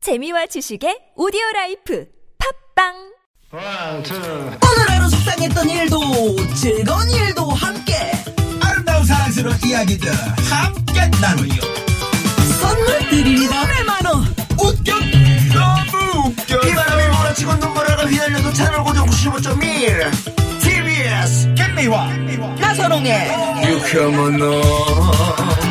재미와 지식의 오디오 라이프 팝빵 One, two. 오늘 하루 속상했던 일도 즐거운 일도 함께 아름다운 사랑스러운 이야기들 함께 나누요 선물 드립니다 100만원 웃겨 너무 웃겨 비바람이 몰아치고 눈보라가 휘날려도 채널 고정 95.1 TBS 겟미와 나선홍의 유쾌한 너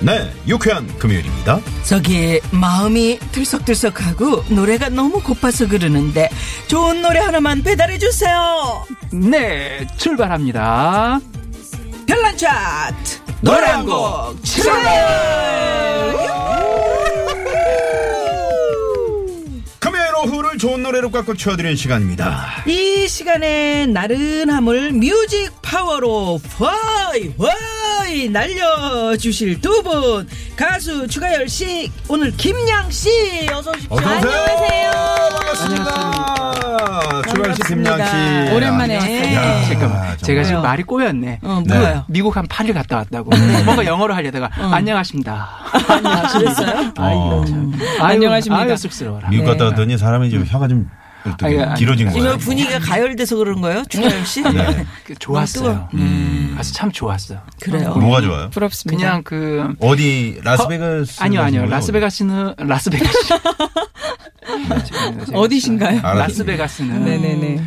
네, 유쾌한 금요일입니다. 저기 마음이 들썩들썩하고 노래가 너무 고파서 그러는데 좋은 노래 하나만 배달해주세요 네, 출발합니다. 별난 차트 노래 한 곡 출발 금요일 오후를 좋은 노래로 깎고 채워드리는 시간입니다. 이 시간에 나른함을 뮤직 파워로 화이 화이 날려주실 두 분 가수 추가열 씨 오늘 김양 씨 어서 오십시오. 어서 오세요. 반갑습니다. 주관 씨, 김양 씨. 오랜만에 야, 왔어요. 잠깐만. 잠깐만. 제가 지금 왜요? 말이 꼬였네. 어, 뭐예요? 미국 한 8일 갔다 왔다고. 네. 뭔가 영어로 하려다가 안녕하십니다. 그랬어요? 어, 안녕하십니다. 아유, 쑥스러워라. 미국 갔다 왔더니 사람이 지금 혀가 좀 어떻게 네. 아니, 아니. 길어진 지금 거예요. 분위기가 가열돼서 그런 거예요, 추가열 씨? 네. 그 좋았어요. 음. 가서 참 좋았어. 그래요. 뭐가 좋아요? 음. 그냥 음. 그 어디 라스베가스 아니요, 아니요. 가신 거예요? 라스베가스는 라스베가스. 어디신가요? 알아듣- 라스베가스는 네네네.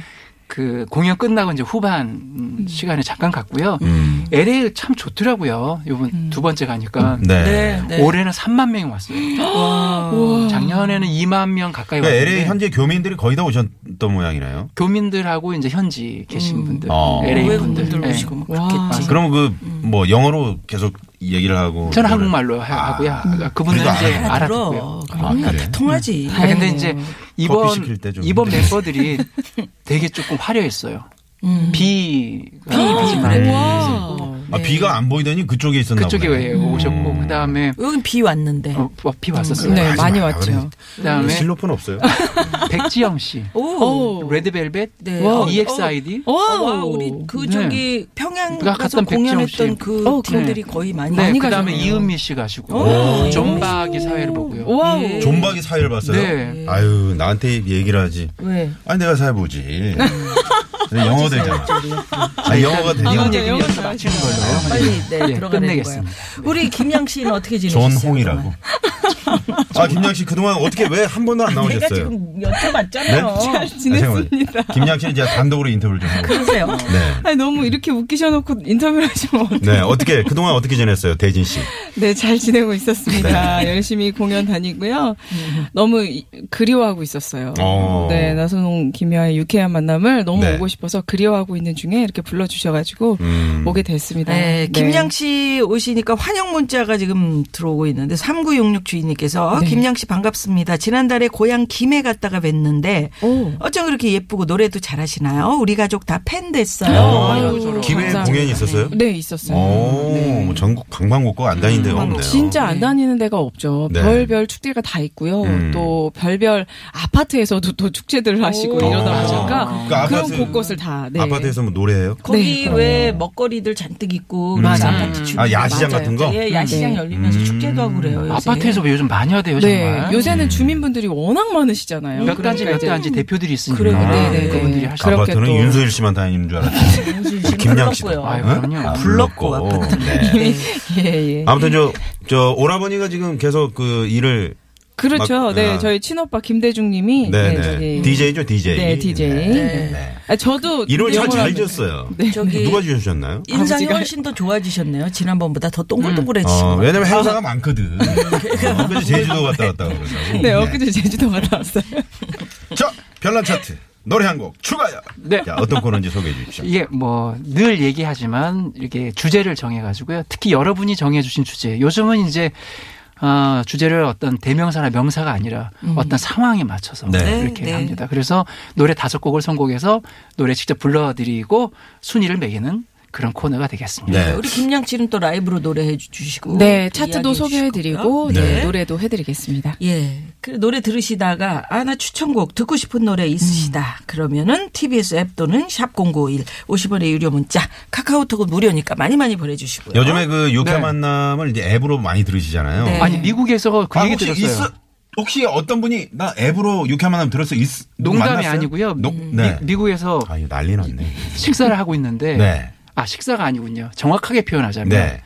그 공연 끝나고 이제 후반 음, 시간에 잠깐 갔고요. 음. LA 참 좋더라고요. 요번 두 번째 가니까. 네. 네, 네. 올해는 3만 명이 왔어요. 작년에는 2만 명 가까이 그러니까 왔는데 LA 현지 교민들이 거의 다 오셨던 모양이네요. 교민들하고 이제 현지 계신 분들, 어. LA 분들. 음. 외국분들 네. 오시고 아, 막 그렇겠지. 그럼 그 뭐 영어로 계속 얘기를 하고 저는 그거를- 아. 한국말로 하- 하고요. 그러니까 그분들은 그래도 이제 음. 알아요. 알아듣고요. 아, 그럼요, 그래요? 다 통하지. 아, 근데 네. 이제 이번 시킬 때좀 이번 힘들죠. 멤버들이 되게 조금 화려했어요. 음. 비 비가 어. 아, 비가 안 보이더니 그쪽에 있었나 네. 그쪽에 보네. 왜 오셨고 음. 그다음에 여긴 비 왔는데. 어, 어, 비 왔었어요. 네, 하지 많이 마요. 왔죠. 그다음에 아, 실로폰 없어요? 백지영 씨, 오. 레드벨벳, E 네. 어, EXID 오, 어, 와, 우리 그 네. 저기 평양 그러니까 가서 갔던 백지영 공연했던 씨. 그 어, 그래. 팀들이 거의 많이 네, 많이 그 다음에 가셨네요. 이은미 씨 가시고 오. 존박이 사회를 보고요. 와우. 존박이 사회를 봤어요? 네. 아유, 나한테 얘기를 하지. 왜? 아니, 내가 사회 보지. 근데 영어 되잖아. 아, 영어가 되냐? 맞아요. 영어 여기서 맞추는 걸로 빨리 네, 예, 들어가는 거예요. 끝내겠습니다. 우리 김양 씨는 어떻게 지내셨어요? 존 홍이라고. 아, 김양 씨 그동안 어떻게 왜 한 번도 안 내가 나오셨어요? 지금 여쭤봤잖아요. 지냈습니다. 네? 김양 씨는 제가 단독으로 인터뷰를 좀 하고. 그러세요? 네. 아니, 너무 이렇게 웃기셔놓고 인터뷰를 하시면 어떡- 네, 어떻게, 그동안 어떻게 지냈어요, 대진 씨? 네, 잘 지내고 있었습니다. 음. 열심히 공연 다니고요. 너무 이- 그리워하고 있었어요. 어. 네, 나선홍 김희아의 유쾌한 만남을 너무 네. 오고 싶어서 그리워하고 있는 중에 이렇게 불러주셔가지고 음. 오게 됐습니다. 네, 김양 씨 오시니까 환영 문자가 지금 들어오고 있는데 3966 주인님께서 네. 김양 씨 반갑습니다. 지난달에 고향 김해 갔다가 뵀는데 오. 어쩜 그렇게 예쁘고 노래도 잘하시나요? 우리 가족 다 팬 됐어요. 아이고, 어, 김해 감사합니다. 공연이 있었어요? 네, 있었어요. 오, 네. 전국 방방곡곡 안 다닌 데가 없네요. 진짜 안 다니는 데가 없죠. 음. 네. 별별 축제가 다 있고요. 음. 또 별별 아파트에서도 또 축제들을 하시고 아, 이러다 보니까 그러니까 그런 아파트- 곳곳을 다 네. 아파트에서 뭐 노래해요? 거기 왜 먹거리들 잔뜩 있고 음. 무슨 맞아요. 아파트 주변 아, 야시장 같은 거? 예, 야시장 네. 열리면서 축제도 하고 그래요. 요새. 아파트에서 왜 요즘 많이 하대요, 네. 정말. 음. 요새는 주민분들이 워낙 많으시잖아요. 그러니까 몇 단지 몇 이제 단지 대표들이 있으니까 그래, 네, 네, 네. 그분들이 하시고 그렇게 아파트는 또- 윤소일 씨만 다니는 줄 알았지. 지금 김양 씨도. 불렀고요. 아유, 그럼요. 불렀고. 네. 네. 예, 예. 아무튼 저, 저 오라버니가 지금 계속 그 일을 그렇죠. 막- 네. 아. 저희 친오빠 김대중 님이 네네 저기- DJ죠 DJ. 네, DJ. 네. 네. 아, 저도 이름을 참 영어로 잘 하는데. 지었어요. 네. 저기 누가 지으셨나요? 인상이 아버지가- 훨씬 더 좋아지셨네요. 지난번보다 더 동글동글해지신 어, 것 같아요. 왜냐면 행사가 많거든. 어, 그래서 제주도 갔다 왔다 그러죠. 네, 엊그제 제주도 갔다 왔어요. 자, 별난 차트 노래 한 곡 추가요. 네. 자, 어떤 코너인지 소개해 주십시오. 이게 뭐 늘 얘기하지만 이렇게 주제를 정해가지고요. 특히 여러분이 정해주신 주제. 요즘은 이제 아, 주제를 어떤 대명사나 명사가 아니라 어떤 상황에 맞춰서 네. 이렇게 네, 네. 합니다. 그래서 노래 다섯 곡을 선곡해서 노래 직접 불러드리고 순위를 매기는 그런 코너가 되겠습니다. 네. 우리 김양 씨는 또 라이브로 노래해 주- 주시고. 네, 차트도 그 이야기해 주실 소개해드리고 거고요. 네, 노래도 해드리겠습니다. 예. 그 노래 들으시다가 아 나 추천곡 듣고 싶은 노래 음. 있으시다. 그러면은 TBS 앱 또는 샵 #051 50원의 유료 문자 카카오톡은 무료니까 많이 많이 보내주시고요. 요즘에 그 유쾌한 네. 만남을 이제 앱으로 많이 들으시잖아요. 네. 아니 미국에서 그 아, 얘기 혹시 들었어요. 있어- 혹시 어떤 분이 나 앱으로 유쾌한 만남 들었어? 있, 누구 농담이 만났어요? 아니고요. 음, 노- 미- 네. 미국에서 아, 이거 난리 났네. 식사를 하고 있는데 네. 아 식사가 아니군요. 정확하게 표현하자면 네.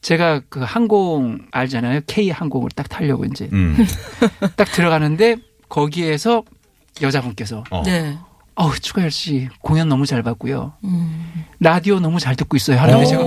제가 그 항공 알잖아요. K 항공을 딱 타려고 이제 음. 딱 들어가는데 거기에서 여자분께서 어. 네. 어우 추가열 씨 공연 너무 잘 봤고요. 음. 라디오 너무 잘 듣고 있어요. 하는데 제가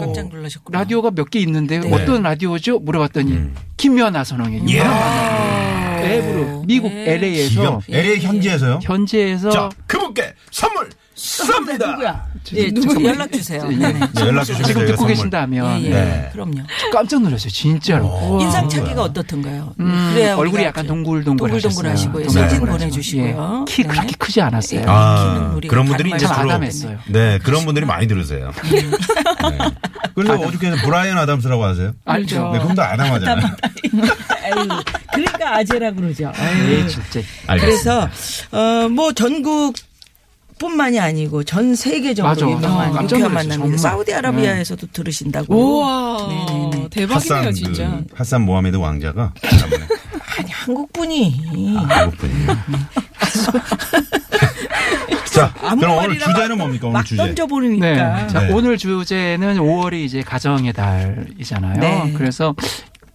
깜짝 놀라셨구나. 라디오가 몇 개 있는데 어떤 라디오죠? 물어봤더니 네. 음. 김연아 선홍의 예. 유명한 라디오. 앱으로 미국 네. LA에서 기병. LA 현지에서요? 현지에서 자, 그분께 선물 쏩니다. 누구야? 예, 누구 연락 주세요. 예. 네. 네, 연락 주시면 지금 저희가 듣고 선물. 계신다면 예, 예. 네. 그럼요. 깜짝 놀랐어요. 진짜로. 인상착의가 어떻던가요? 음, 그래야 얼굴이 우리가 약간 동글동글 동글동글 하셨어요. 네. 예. 하시고요. 동글동글 사진 하시고. 보내주시고요. 키 네. 그렇게 크지 않았어요. 네. 아, 우리가 그런 분들이 반말 이제 참 주로 아담했어요. 네, 그런 분들이 많이 들으세요. 네. 그래서 어저께 브라이언 아담스라고 아세요? 알죠. 네, 그럼 다 아담하잖아요. 에이, 그러니까 그렇죠. 아재라 그러죠. 에이, 예, 진짜. 그래서 어 뭐 전국 뿐만이 아니고 전 맞아. 세계적으로 아, 유명한 깜짝 놀랐어요, 유쾌한 만남이 정말. 네. 사우디아라비아에서도 들으신다고. 네네네. 음. 우와, 대박이네요, 핫산 진짜. 그 핫산 모하메드 왕자가 지난번에 아, 아니 한국 분이 한국 분이에요. 자, 아무 그럼 오늘 말이나 주제는 막 뭡니까? 오늘 막 주제. 던져 보니까. 네. 자, 네. 오늘 주제는 5월이 이제 가정의 달이잖아요. 네. 그래서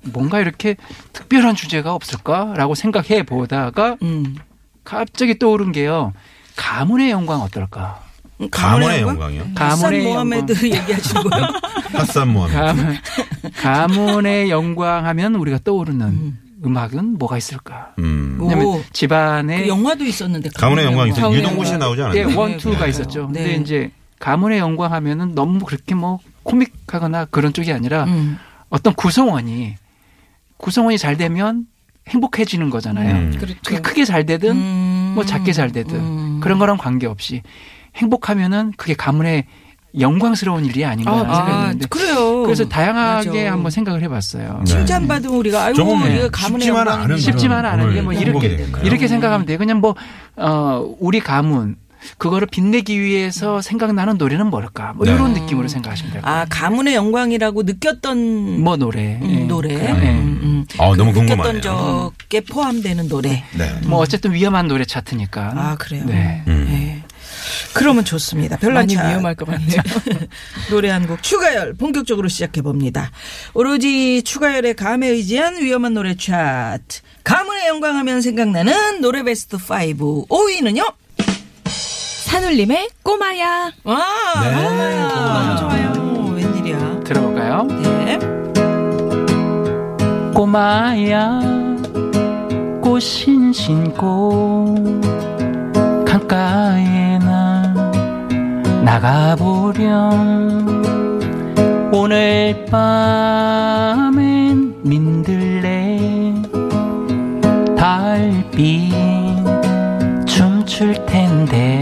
뭔가 이렇게 특별한 주제가 없을까라고 생각해 보다가 음. 갑자기 떠오른 게요. 가문의 영광 어떨까? 가문의 영광이요. 가문의 가문의 모하메드 얘기하시는 거예요. 핫산 모하메드. 가문, 가문의 영광 하면 우리가 떠오르는 음. 악은 뭐가 있을까? 음. 오. 왜냐면 그 집안에 영화도 있었는데 가문의 영광이 있어요. 가문의 유동구 씨 영광. 나오지 예, 않았나요? 원, 투가 그러니까요. 있었죠. 네. 근데 이제 가문의 영광 하면은 너무 그렇게 뭐 코믹하거나 그런 쪽이 아니라 음. 어떤 구성원이 구성원이 잘 되면 행복해지는 거잖아요. 음. 네, 그렇죠. 그게 크게 잘 되든 음. 뭐 작게 잘 되든 그런 거랑 관계없이 행복하면은 그게 가문의 영광스러운 일이 아닌가 하는 네, 생각이 아, 드는데 그래요. 그래서 다양하게 맞아. 한번 생각을 해봤어요. 네. 칭찬받은 우리가 아이고 조금 우리가 가문의 쉽지만 영광 않은 쉽지만 그런 않은데 뭐 오늘 이렇게 행복이 되겠네요. 음. 이렇게 생각하면 돼. 그냥 뭐 어, 우리 가문 그거를 빛내기 위해서 생각나는 노래는 뭘까? 뭐 네. 이런 느낌으로 생각하시면 돼요. 음. 아 가문의 영광이라고 느꼈던 뭐 노래, 음, 예. 노래 그런, 예. 음, 음. 아, 너무 느꼈던 궁금하네요. 적에 포함되는 노래 네. 뭐 어쨌든 위험한 노래 차트니까. 아 그래요 네. 음. 네. 그러면 좋습니다 별난 많이 차 위험할 것 같네요. 노래 한 곡 추가열 본격적으로 시작해 봅니다 오로지 추가열의 감에 의지한 위험한 노래 차트 가문의 영광하면 생각나는 노래 베스트 5 5위는요 산울림의 꼬마야. 와 네, 너무 좋아요 웬일이야 들어볼까요? 네. 꼬마야 꽃신 신고 강가에 나 나가보렴 오늘 밤엔 민들레 달빛 춤출 텐데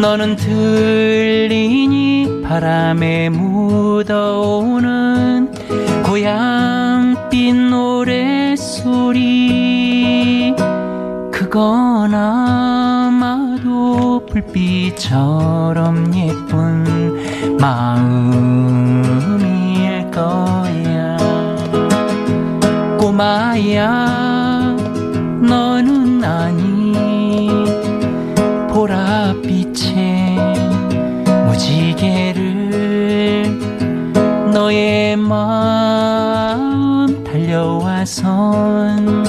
너는 들리니 바람에 묻어오는 고향빛 노래소리 그건 아마도 불빛처럼 예쁜 마음일 거야 꼬마야 너는 아니 보랏빛의 무지개를 너의 마음 달려와선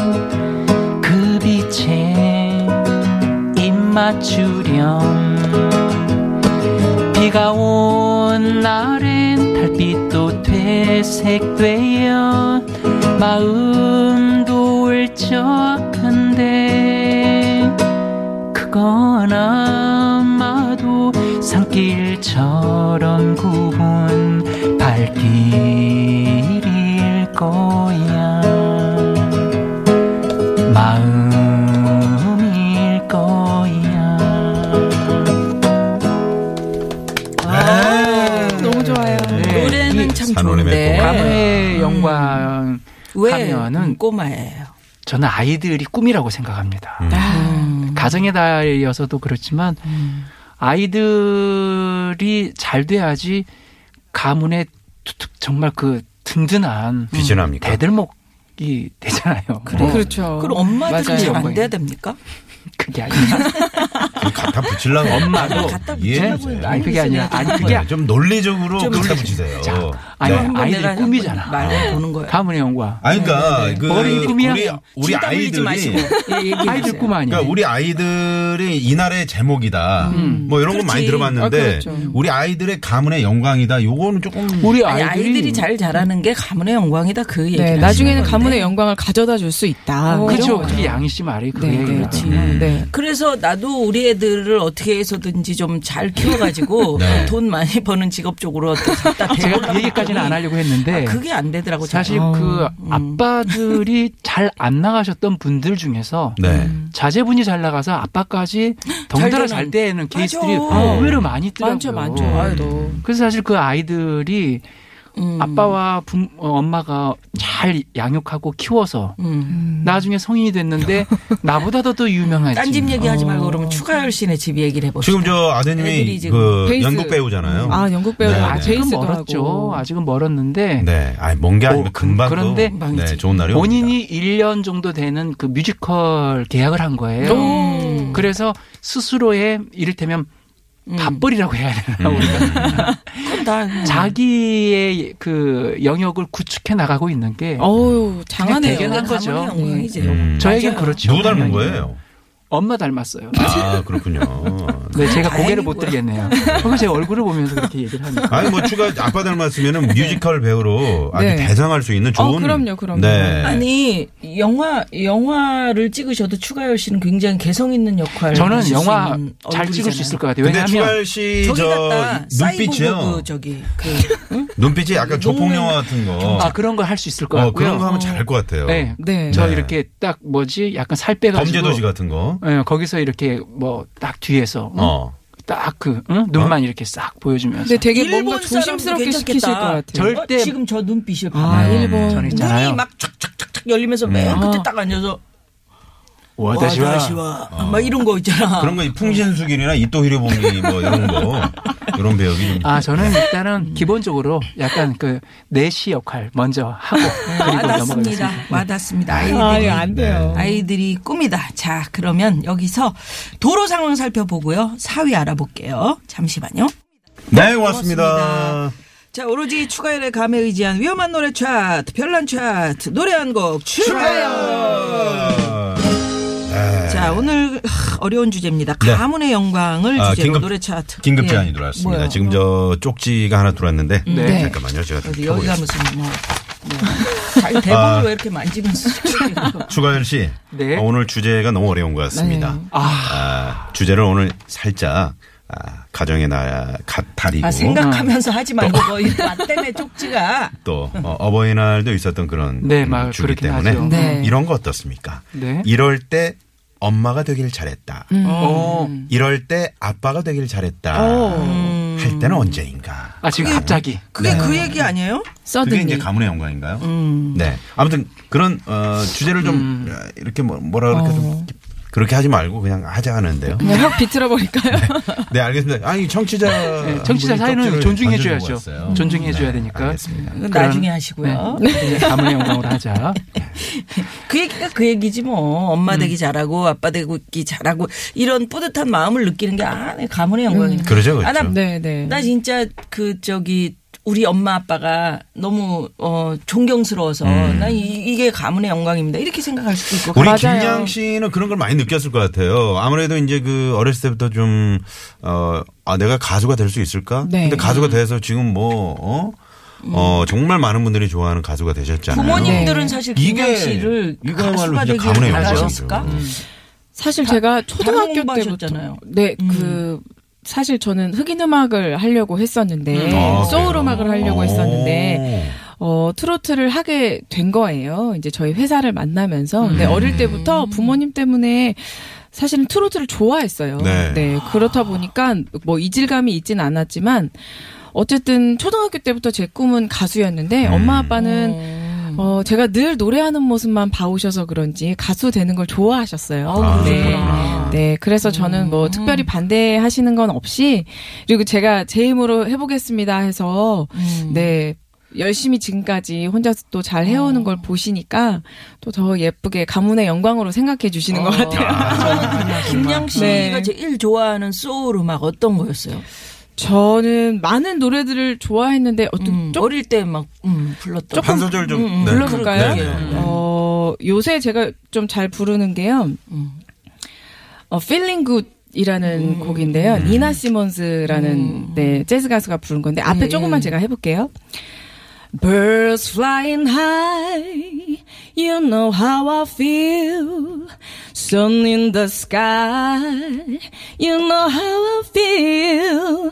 그 빛에 입 맞추렴 비가 온 날엔 달빛도 되색되어 마음도 울적한데 그건 아마도 산길처럼 구운 발길 예, 네. 왜 하면은 꼬마예요? 저는 아이들이 꿈이라고 생각합니다. 음. 아. 음. 음. 가정의 달이어서도 그렇지만 아이들이 잘 돼야지 가문의 투- 정말 그 든든한 빛이 납니까? 대들목이 되잖아요. 뭐 그렇죠. 그럼 엄마들은 맞아요. 잘안 돼야 됩니까? 그게 아니라 그 갖다 붙이려고 엄마도 갖다 이해해 붙이려고 주세요. 아니 그게 아니라 아니 그게 네, 좀 논리적으로 좀 갖다 논리적- 붙이세요. 자, 아니, 네. 한번 아이들이 내가 꿈이잖아. 한번 말해보는 거예요. 가문의 영과 아니 그러니까 그 머리 꿈이야. 우리 우리 진땀 흘리지 아이들이 마시고. 예, 얘기해 아이들 주세요. 꿈 아니에요. 그러니까 우리 아이들이 이날의 제목이다. 뭐 이런 건 그렇지. 많이 들어봤는데 아, 그렇죠. 우리 아이들의 가문의 영광이다. 요거는 조금 우리 아니, 아이들이, 아이들이 잘 자라는 게 가문의 영광이다 그 얘기. 네, 나중에는 가문의 영광을 가져다 줄 수 있다. 어, 그렇죠. 그죠? 그렇죠. 이런 그게 거죠. 양희 씨 말이 그게 네, 그렇지. 음. 네. 그래서 나도 우리 애들을 어떻게 해서든지 좀 잘 키워가지고 네. 돈 많이 버는 직업 쪽으로 갖다 제가 그 얘기까지는 안 하려고 했는데 아, 그게 안 되더라고. 사실 잘. 그 아빠들이 잘 안 나가셨던 분들 중에서 네. 자제분이 잘 나가서 아빠까지 덩달아 되는. 잘 되는 케이스들이 어, 맞아. 의외로 많이 있더라고요. 어. 많죠, 많죠. 네. 아유, 너. 그래서 사실 그 아이들이 음. 아빠와 부- 어, 엄마가 잘 양육하고 키워서 음. 나중에 성인이 됐는데 나보다도 더 유명하지. 딴집 얘기하지 말고 그러면 추가열 씨네 집 얘기를 해봅시다. 음. 아. 지금 저 아드님이 애들이 지금 그 베이스. 연극 배우잖아요. 아, 연극 배우 네, 네. 아, 아직은 베이스도 멀었죠. 하고. 아직은 멀었는데 네. 아니 먼게 아니고 어, 그- 금방 그런데 또, 네, 좋은 날이 본인이 1년 정도 되는 그 뮤지컬 계약을 한 거예요. 그래서 스스로의 이를테면 밥벌이라고 해야 음. 되나 우리가 그럼 나 자기의 그 영역을 구축해 나가고 있는 게 어우, 장하네요. 대견한 거죠. 네. 가문의 영광이지. 음. 저에겐 맞아요. 그렇죠. 누구 닮은 당연히. 거예요? 엄마 닮았어요. 아 그렇군요. 네, 제가 고개를 못 다행이고요. 들겠네요. 그리고 제 얼굴을 보면서 그렇게 얘기를 하는 거예요. 아니 뭐 추가 아빠 닮았으면은 뮤지컬 배우로 아주 네. 대상할 수 있는 좋은. 어, 그럼요, 그럼요. 네. 아니 영화 영화를 찍으셔도 추가열 씨는 굉장히 개성 있는 역할. 저는 영화 잘 찍을 수 있을 것 같아요. 근데 왜냐하면 추가열 씨 저기 저 같다. 눈빛이요. 사이보그 그 저기 그 눈빛이 약간 조폭 영화 같은 거. 아, 그런 걸 할 수 있을 것 어, 같고요. 그런 거 하면 잘할 것 같아요. 네. 네. 저 네. 이렇게 딱 뭐지? 약간 살 빼가지고 범죄도시 같은 거. 예, 거기서 이렇게 뭐 딱 뒤에서 어. 딱 그 눈만 이렇게 싹 보여주면서 근데 되게 뭔가 일본 사람도 조심스럽게 시키실 것 괜찮겠다. 같아요. 절대 네. 어, 지금 저 눈빛이 아, 봐요. 저는 일본. 있잖아요. 네. 눈이 막 촥촥촥촥 열리면서 맨 끝에 딱 앉아서 와다시와. 와다시와 막 이런 거 있잖아. 아, 어. 그런 거 풍신수길이나 이토 히로부미 뭐 이런 거 이런 배역이 좀 아 저는 일단은 기본적으로 약간 그 내시 역할 먼저 하고 음. 그리고 아, 와닿습니다. 넘어가겠습니다. 와닿습니다. 아, 아이들이 네. 이거 안 돼요. 아이들이 꿈이다. 자, 그러면 여기서 도로 상황 살펴보고요. 사위 알아볼게요. 잠시만요. 네, 고맙습니다. 자, 오로지 추가열의 감에 의지한 위험한 노래 차트, 별난 차트, 노래 한 곡 추가열! 자, 오늘 하, 어려운 주제입니다. 네. 가문의 영광을 아, 주제로 긴급- 노래 차트. 긴급 예. 제안이 들어왔습니다. 뭐야? 지금 저 쪽지가 하나 들어왔는데 네. 네. 잠깐만요. 제가 좀 여기- 여기가 펴보겠습니다. 무슨 뭐. 네. 아니, 대본을 아. 왜 이렇게 만지면서. 추가열 씨, 네. 어, 오늘 주제가 너무 어려운 것 같습니다. 아, 주제를 오늘 살짝 아, 가정의 날 달이고 아, 생각하면서 하지 말고, 뭐, 이나 때문에 쪽지가. 또 어, 버이날도 있었던 그런 네, 음, 막 주기 그렇긴 때문에 음, 하죠. 네. 이런 거 어떻습니까? 네. 이럴 때 엄마가 되길 잘했다. 어. 음. 이럴 때 아빠가 되길 잘했다. 음. 할 때는 언제인가? 아 지금 갑자기 네. 그게 그 얘기 아니에요? 그게 서든이. 이제 가문의 영광인가요? 음. 네. 아무튼 그런 어, 주제를 좀 어, 이렇게 뭐, 뭐라 어. 그렇게 좀 그렇게 하지 말고 그냥 하자 하는데요. 그냥 확 비틀어 버릴까요? 네, 알겠습니다. 아니 청취자 네, 청취자 분이 사연은 쪽지를 존중해줘야죠. 던져주고 왔어요. 존중해줘야 네, 되니까. 알겠습니다. 그건 그런- 나중에 하시고요. 네. 가문의 영광으로 하자. 그 얘기가 그 얘기지 뭐 엄마 음. 되기 잘하고 아빠 되기 잘하고 이런 뿌듯한 마음을 느끼는 게 아, 내 가문의 영광이네. 그러죠, 그렇죠. 아, 나, 네, 네. 나 진짜 그 저기 우리 엄마 아빠가 너무 어 존경스러워서 난 이, 게 가문의 영광입니다. 이렇게 생각할 수도 있고. 우리 맞아요. 김양 씨는 그런 걸 많이 느꼈을 것 같아요. 아무래도 이제 그 어렸을 때부터 좀, 어, 아, 내가 가수가 될 수 있을까? 네. 음. 근데 가수가 돼서 지금 뭐, 어? 어, 정말 많은 분들이 좋아하는 가수가 되셨잖아요. 어, 부모님들은 사실 김양 이게 씨를 이거야말로 가수가 진짜 되기 가문의 영광이죠. 바라셨을까? 사실 제가 초등학교 공부하셨잖아요. 때부터 네, 그 사실 저는 흑인 음악을 하려고 했었는데 아, 네, 소울 그래요? 음악을 하려고 오. 했었는데 어, 트로트를 하게 된 거예요. 이제 저희 회사를 만나면서. 근데 어릴 때부터 부모님 때문에 사실은 트로트를 좋아했어요. 네. 그렇다 보니까 뭐 이질감이 있진 음. 않았지만 어쨌든 초등학교 때부터 제 꿈은 가수였는데 엄마 아빠는 어, 제가 늘 노래하는 모습만 봐오셔서 그런지 가수 되는 걸 좋아하셨어요. 아, 네. 그렇구나. 음. 네, 그래서 저는 뭐 특별히 반대하시는 건 없이 그리고 제가 제 힘으로 해보겠습니다 해서 음. 네. 열심히 지금까지 혼자서 또 잘 해오는 걸 보시니까 또 더 예쁘게 가문의 영광으로 생각해 주시는 어. 것 같아요. 김양 씨가 네. 제일 좋아하는 소울 음악 어떤 거였어요? 저는 많은 노래들을 좋아했는데 어떤 음, 좀 어릴 때 막 음, 불렀던. 한 소절 좀 음, 음. 네. 불러볼까요? 네, 네. 어, 요새 제가 좀 잘 부르는 게요. 어, Feeling Good. 이라는 곡인데요. 음. 니나 시몬스라는 네, 재즈 가수가 부른 건데 앞에 조금만 제가 해볼게요. Birds flying high, you know how I feel. Sun in the sky, you know how I feel.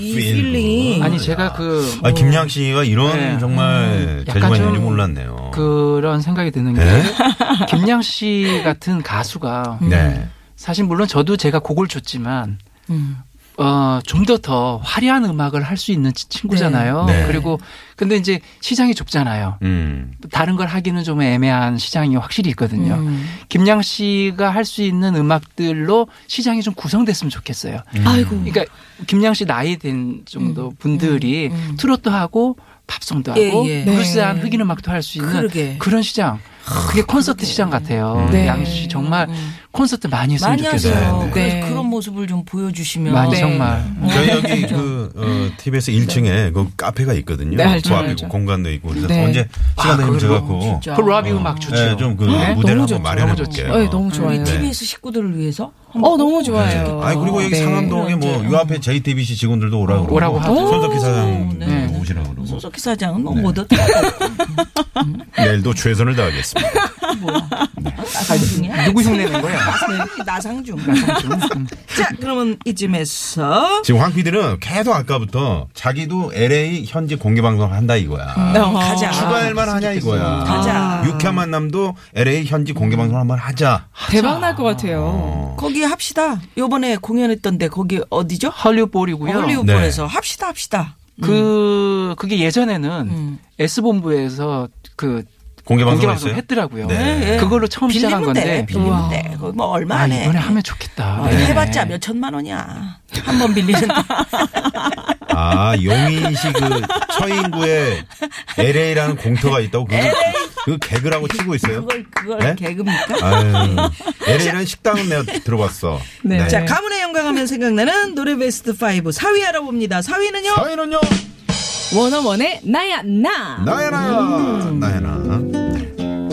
이 feel good. feeling. 아니 제가 그 아, 김양 씨가 이런 네. 정말 약간 재주가 있는지 좀 몰랐네요. 그런 생각이 드는 게 네? 김양 씨 같은 가수가 네. 사실 물론 저도 제가 곡을 줬지만 음. 어, 좀 더 더 화려한 음악을 할 수 있는 치- 친구잖아요. 네. 네. 그리고 근데 이제 시장이 좁잖아요. 음. 다른 걸 하기는 좀 애매한 시장이 확실히 있거든요. 김양 씨가 할 수 있는 음악들로 시장이 좀 구성됐으면 좋겠어요. 아이고. 그러니까 김양 씨 나이 된 정도 분들이 트로트 하고 팝송도 하고 예, 예. 불스한 흑인 음악도 할 수 있는 그러게. 그런 시장. 그게 콘서트 시장 음. 같아요. 네. 양 씨 정말 콘서트 많이 했으면 많이 좋겠어요. 하세요. 네. 그래서 네. 그런 모습을 좀 보여주시면. 많이 네. 정말. 저희 여기 그 어, TBS 1층에 그 카페가 있거든요. 네, 알죠, 그 앞에 알죠. 그 공간도 있고 그래서 네. 언제 시간 되면 그리고 제가 그 그 라비 음악 좋죠. 네, 좀그 네? 무대를 너무 한번 좋죠. 마련해 너무 좋죠. 볼게요. 네, 너무 좋아요. 우리 네. TBS 식구들을 위해서. 어, 너무 네. 좋아요. 아니 그리고 여기 네. 상암동에 뭐 이 앞에 JTBC 직원들도 오라고 오라고 하죠. 손석희 사장 네. 오시라고 그러고 소석희 사장은 너무 네. 못 얻다. 내일도 최선을 다하겠습니다. 나상중이야? 누구 흉내낸 음, 거예요? 나상중. 자, 그러면 이쯤에서. 지금 황 PD는 계속 아까부터 자기도 LA 현지 공개 방송 한다 이거야. 어. 가자. 추가할만 하냐 이거야. 가자. 유쾌한 만남도 LA 현지 공개 방송 한번 하자. 대박 날 것 같아요. 어. 거기 합시다. 요번에 공연했던데 거기 어디죠? 헐리우드볼이고요. 헐리우드에서 합시다 합시다. 그 그게 예전에는 음. S 본부에서 그 공개 네, 방송 공개 했어요? 방송 했더라고요. 네. 예. 그걸로 처음 시작한 빌리면 돼, 건데. 빌리면 돼. 그거 뭐 얼마 아, 안 해. 이번에 하면 좋겠다. 네. 어, 해봤자 몇 천만 원이야. 한 번 빌리는 아, 용인시 그 서인구에 LA라는 공터가 있다고 그, 그 개그라고 치고 있어요. 그걸 그걸 네? 개그입니까? 아유, LA라는 식당은 내가 들어봤어. 네. 네. 자, 가문의 영광하면 생각나는 노래 베스트 5 4위 알아봅니다. 4위는요? 서인은요? 원어원의 나야 나. 나야나. 나야나.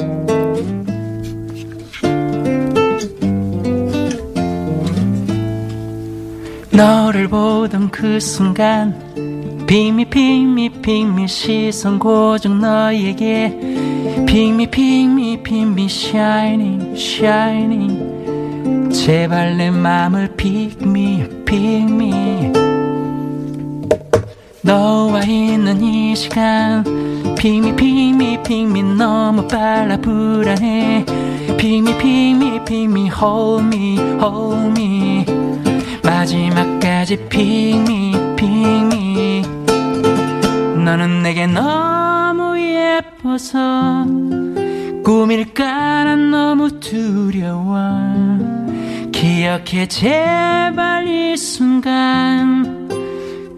너를 보던 그 순간 빙미 빙미 빙미 시선 고정 너에게 빙미 빙미 빙미 shining shining 제발 내 맘을 pick me pick me 너와 있는 이 시간 핑미 핑미 핑미 너무 빨라 불안해 핑미 핑미 핑미 hold me hold me 마지막까지 핑미 핑미 너는 내게 너무 예뻐서 꿈일까 난 너무 두려워 기억해 제발 이 순간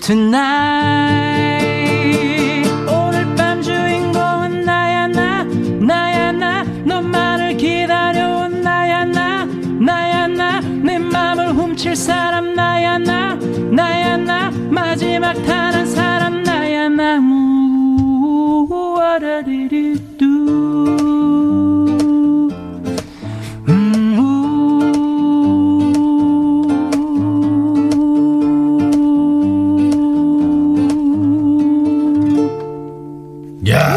tonight 오늘 밤 주인공은 나야 나 나야 나 너만을 기다려온 나야 나 나야 나내 맘을 훔칠 사람 나야 나 나야 나 마지막 탄한 사람 나야 나 무와라리리뚜 음, 우. 야.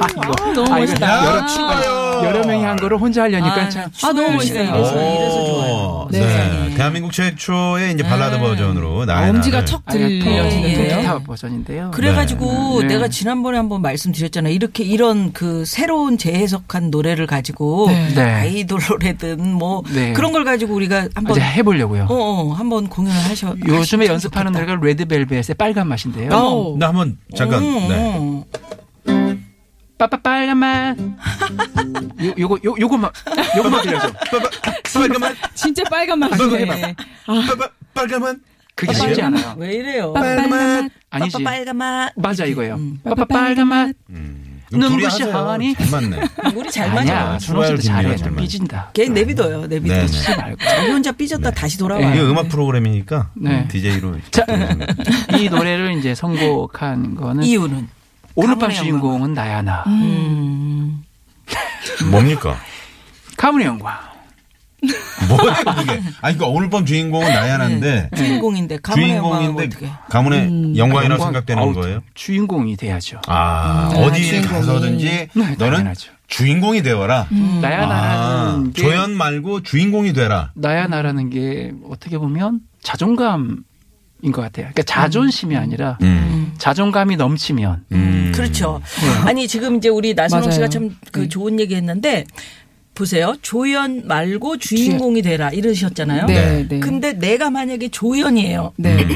아, 이거. 너무 아, 이거 멋있다. 아, 아, 여러 추가요. 여러 명이 한 거를 혼자 하려니까 아, 그러니까 참. 아, 너무 멋있어요. 이래서, 이래서 좋아요. 네. 대한민국 최초의 이제 발라드 버전으로 나의 엄지가 나를. 척 아, 약간 예. 들려지는데요. 통기타 버전인데요. 그래가지고 네. 내가 지난번에 한번 말씀드렸잖아요. 이렇게 이런 그 새로운 재해석한 노래를 가지고 네. 아이돌 노래든 뭐 네. 그런 걸 가지고 우리가 한번 아, 이제 해보려고요. 어, 어, 한번 공연을 하셔. 요즘에 하시면 연습하는 좋겠다. 노래가 레드벨벳의 빨간 맛인데요. 어. 나 한번 잠깐. 네. 어. 빠빠 빨간 맛. 요, 요거 요, 요거만 요거만 들려줘. 빠빠, 빨간만, 진짜 빨간 맛. 그거 해봐. 빠빠, 빨간만, 그게 쉽지 않아요. 왜 이래요? 빨간만. 아니지. 빨간맛. 맞아 이거예요. 음. 빠빠 빨간 맛. 눈부시 하니. 음. 잘 맞네. 우리 잘 맞아. 아니야. 준호 씨도 잘해. 좋아요, 김미화 잘 맞아. 삐진다. 걔 내비둬요. 내비둬. 네. 삐지 말고. 자기 혼자 삐졌다 다시 돌아와. 이게 음악 프로그램이니까 네. DJ로. 자, 이 노래를 이제 선곡한 거는 이유는 오늘 밤 가문의 음. 주인공은 나야나. 음. 뭡니까? 가문의 영광. 뭐야 그게? 아니 그러니까 오늘 밤 주인공은 나야나인데 주인공인데 네. 가문의 영광은 주인공인데 어떻게? 가문의 영광이라고 영광. 음. 생각되는 아우, 거예요? 주인공이 돼야죠. 아 어디에 가서든지 네, 너는 당연하죠. 음. 주인공이 되어라. 음. 나야나라는 아, 게 조연 말고 주인공이 되라. 나야나라는 게 어떻게 보면 자존감인 것 같아요. 그러니까 자존심이 아니라 음. 자존감이 넘치면 음. 그렇죠. 아니 지금 이제 우리 나선홍 씨가 참 그 좋은 얘기했는데 보세요. 조연 말고 주인공이 되라 이러셨잖아요. 네, 네. 근데 내가 만약에 조연이에요. 네.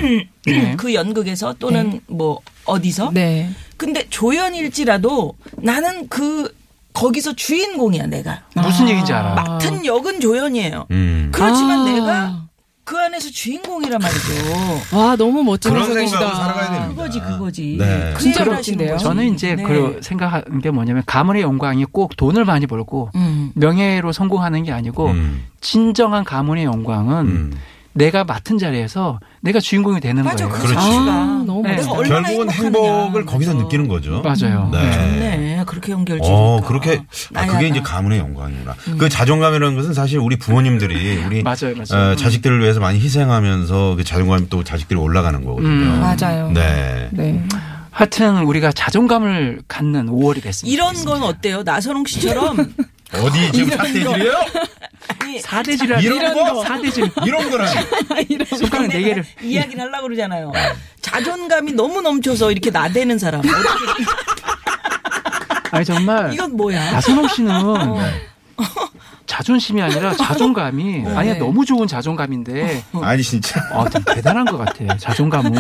그 연극에서 또는 뭐 어디서. 네. 근데 조연일지라도 나는 그 거기서 주인공이야 내가. 무슨 얘기인지 알아. 요 맡은 역은 조연이에요. 음. 그렇지만 아. 내가 그 안에서 주인공이란 말이죠. 와 너무 멋진 그런 분이시다. 생각으로 살아가야 됩니다. 그거지 그거지. 네. 그 진짜 얘기를 멋진데요? 하시는 거지. 저는 이제 네. 그 생각하는 게 뭐냐면 가문의 영광이 꼭 돈을 많이 벌고 음. 명예로 성공하는 게 아니고 음. 진정한 가문의 영광은 음. 내가 맡은 자리에서 내가 주인공이 되는 맞아 거예요. 그렇 그렇지. 아, 너무 네. 멋있다. 내가 얼마나 결국은 행복하느냐. 행복을 거기서 느끼는 거죠. 맞아요. 네. 네, 그렇게 연결지니까. 어, 그렇게, 아, 나야, 그게 이제 나. 가문의 영광이구나. 그 자존감이라는 것은 사실 우리 부모님들이 우리 맞아요, 맞아요. 음. 어, 자식들을 위해서 많이 희생하면서 그 자존감이 또 자식들이 올라가는 거거든요. 음. 맞아요. 네. 네. 하여튼 우리가 자존감을 갖는 5월이 됐습니다. 이런 건 어때요? 나선홍 씨처럼 어디 지금 삿대질이에요? 아니, 4대질이라 이런 거? 4대질. 이런 거라니. 손가락 4개를. 이야기를 하려고 그러잖아요. 네. 자존감이 너무 넘쳐서 이렇게 나대는 사람. 어떻게- 아니 정말 이건 뭐야? 아, 나선홍 씨는 네. 자존심이 아니라 자존감이 아니야 너무 좋은 자존감인데 아니, 진짜. 네. 아, 좀 대단한 것 같아요. 자존감은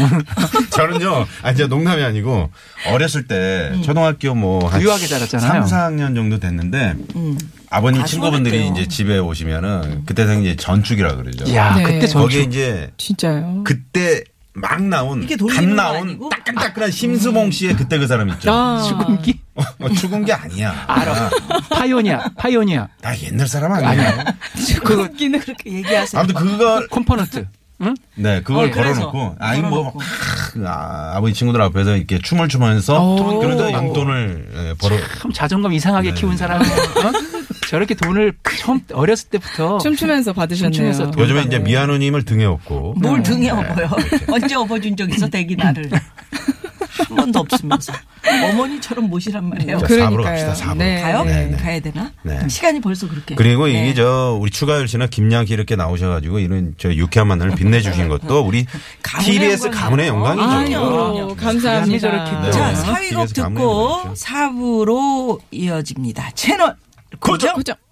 저는요, 아, 진짜 농담이 아니고, 어렸을 때, 초등학교 뭐, 한 유학에 자랐잖아요. 3, 4학년 정도 됐는데, 아버님 다 친구분들이 소원했대요. 이제 집에 오시면은, 그때 당시 이제 전축이라 그러죠. 야 네. 그때 거기에 전주 이제, 진짜요. 그때 막 나온, 이게 갓 돌리는 거 나온, 아니고? 따끈따끈한 심수봉 씨의 그때 그 사람 있죠. 아, 공기 어, 죽은 게 아니야. 알아 파이오니아 파이오니아 나 옛날 사람 아니야. 그거 웃기는 그렇게 얘기하세요. 아무튼 그걸 컴포넌트 응? 네, 그걸 어, 그래서. 걸어놓고, 아이, 뭐, 막, 아, 아버지 친구들 앞에서 이렇게 춤을 추면서, 어. 그러다 용돈을 예, 벌어. 참 자존감 이상하게 키운 사람은 어? 저렇게 돈을 처음 어렸을 때부터 춤추면서 받으셨네요. 춤추면서 돈- 요즘에 이제 미아누님을 등에 업고, 뭘 등에 업어요? 언제 업어준 적 있어? 대기 나를. 한 번도 없으면서. 어머니처럼 모시란 말이에요. 자, 그러니까요. 4부로 갑시다, 4부로. 네. 가요? 네, 네. 가야 되나? 네. 시간이 벌써 그렇게. 그리고 네. 이게 저, 우리 추가열 씨나 김양 씨 이렇게 나오셔가지고, 이런 저 유쾌한 만남을 빛내주신 것도 우리 가문의 TBS 영광이에요. 가문의 영광이죠. 아유, 감사합니다. 저렇게 자, 네. 사위곡 TBS 가문의 듣고 영광이죠. 사부로 이어집니다. 채널 고정. 고정.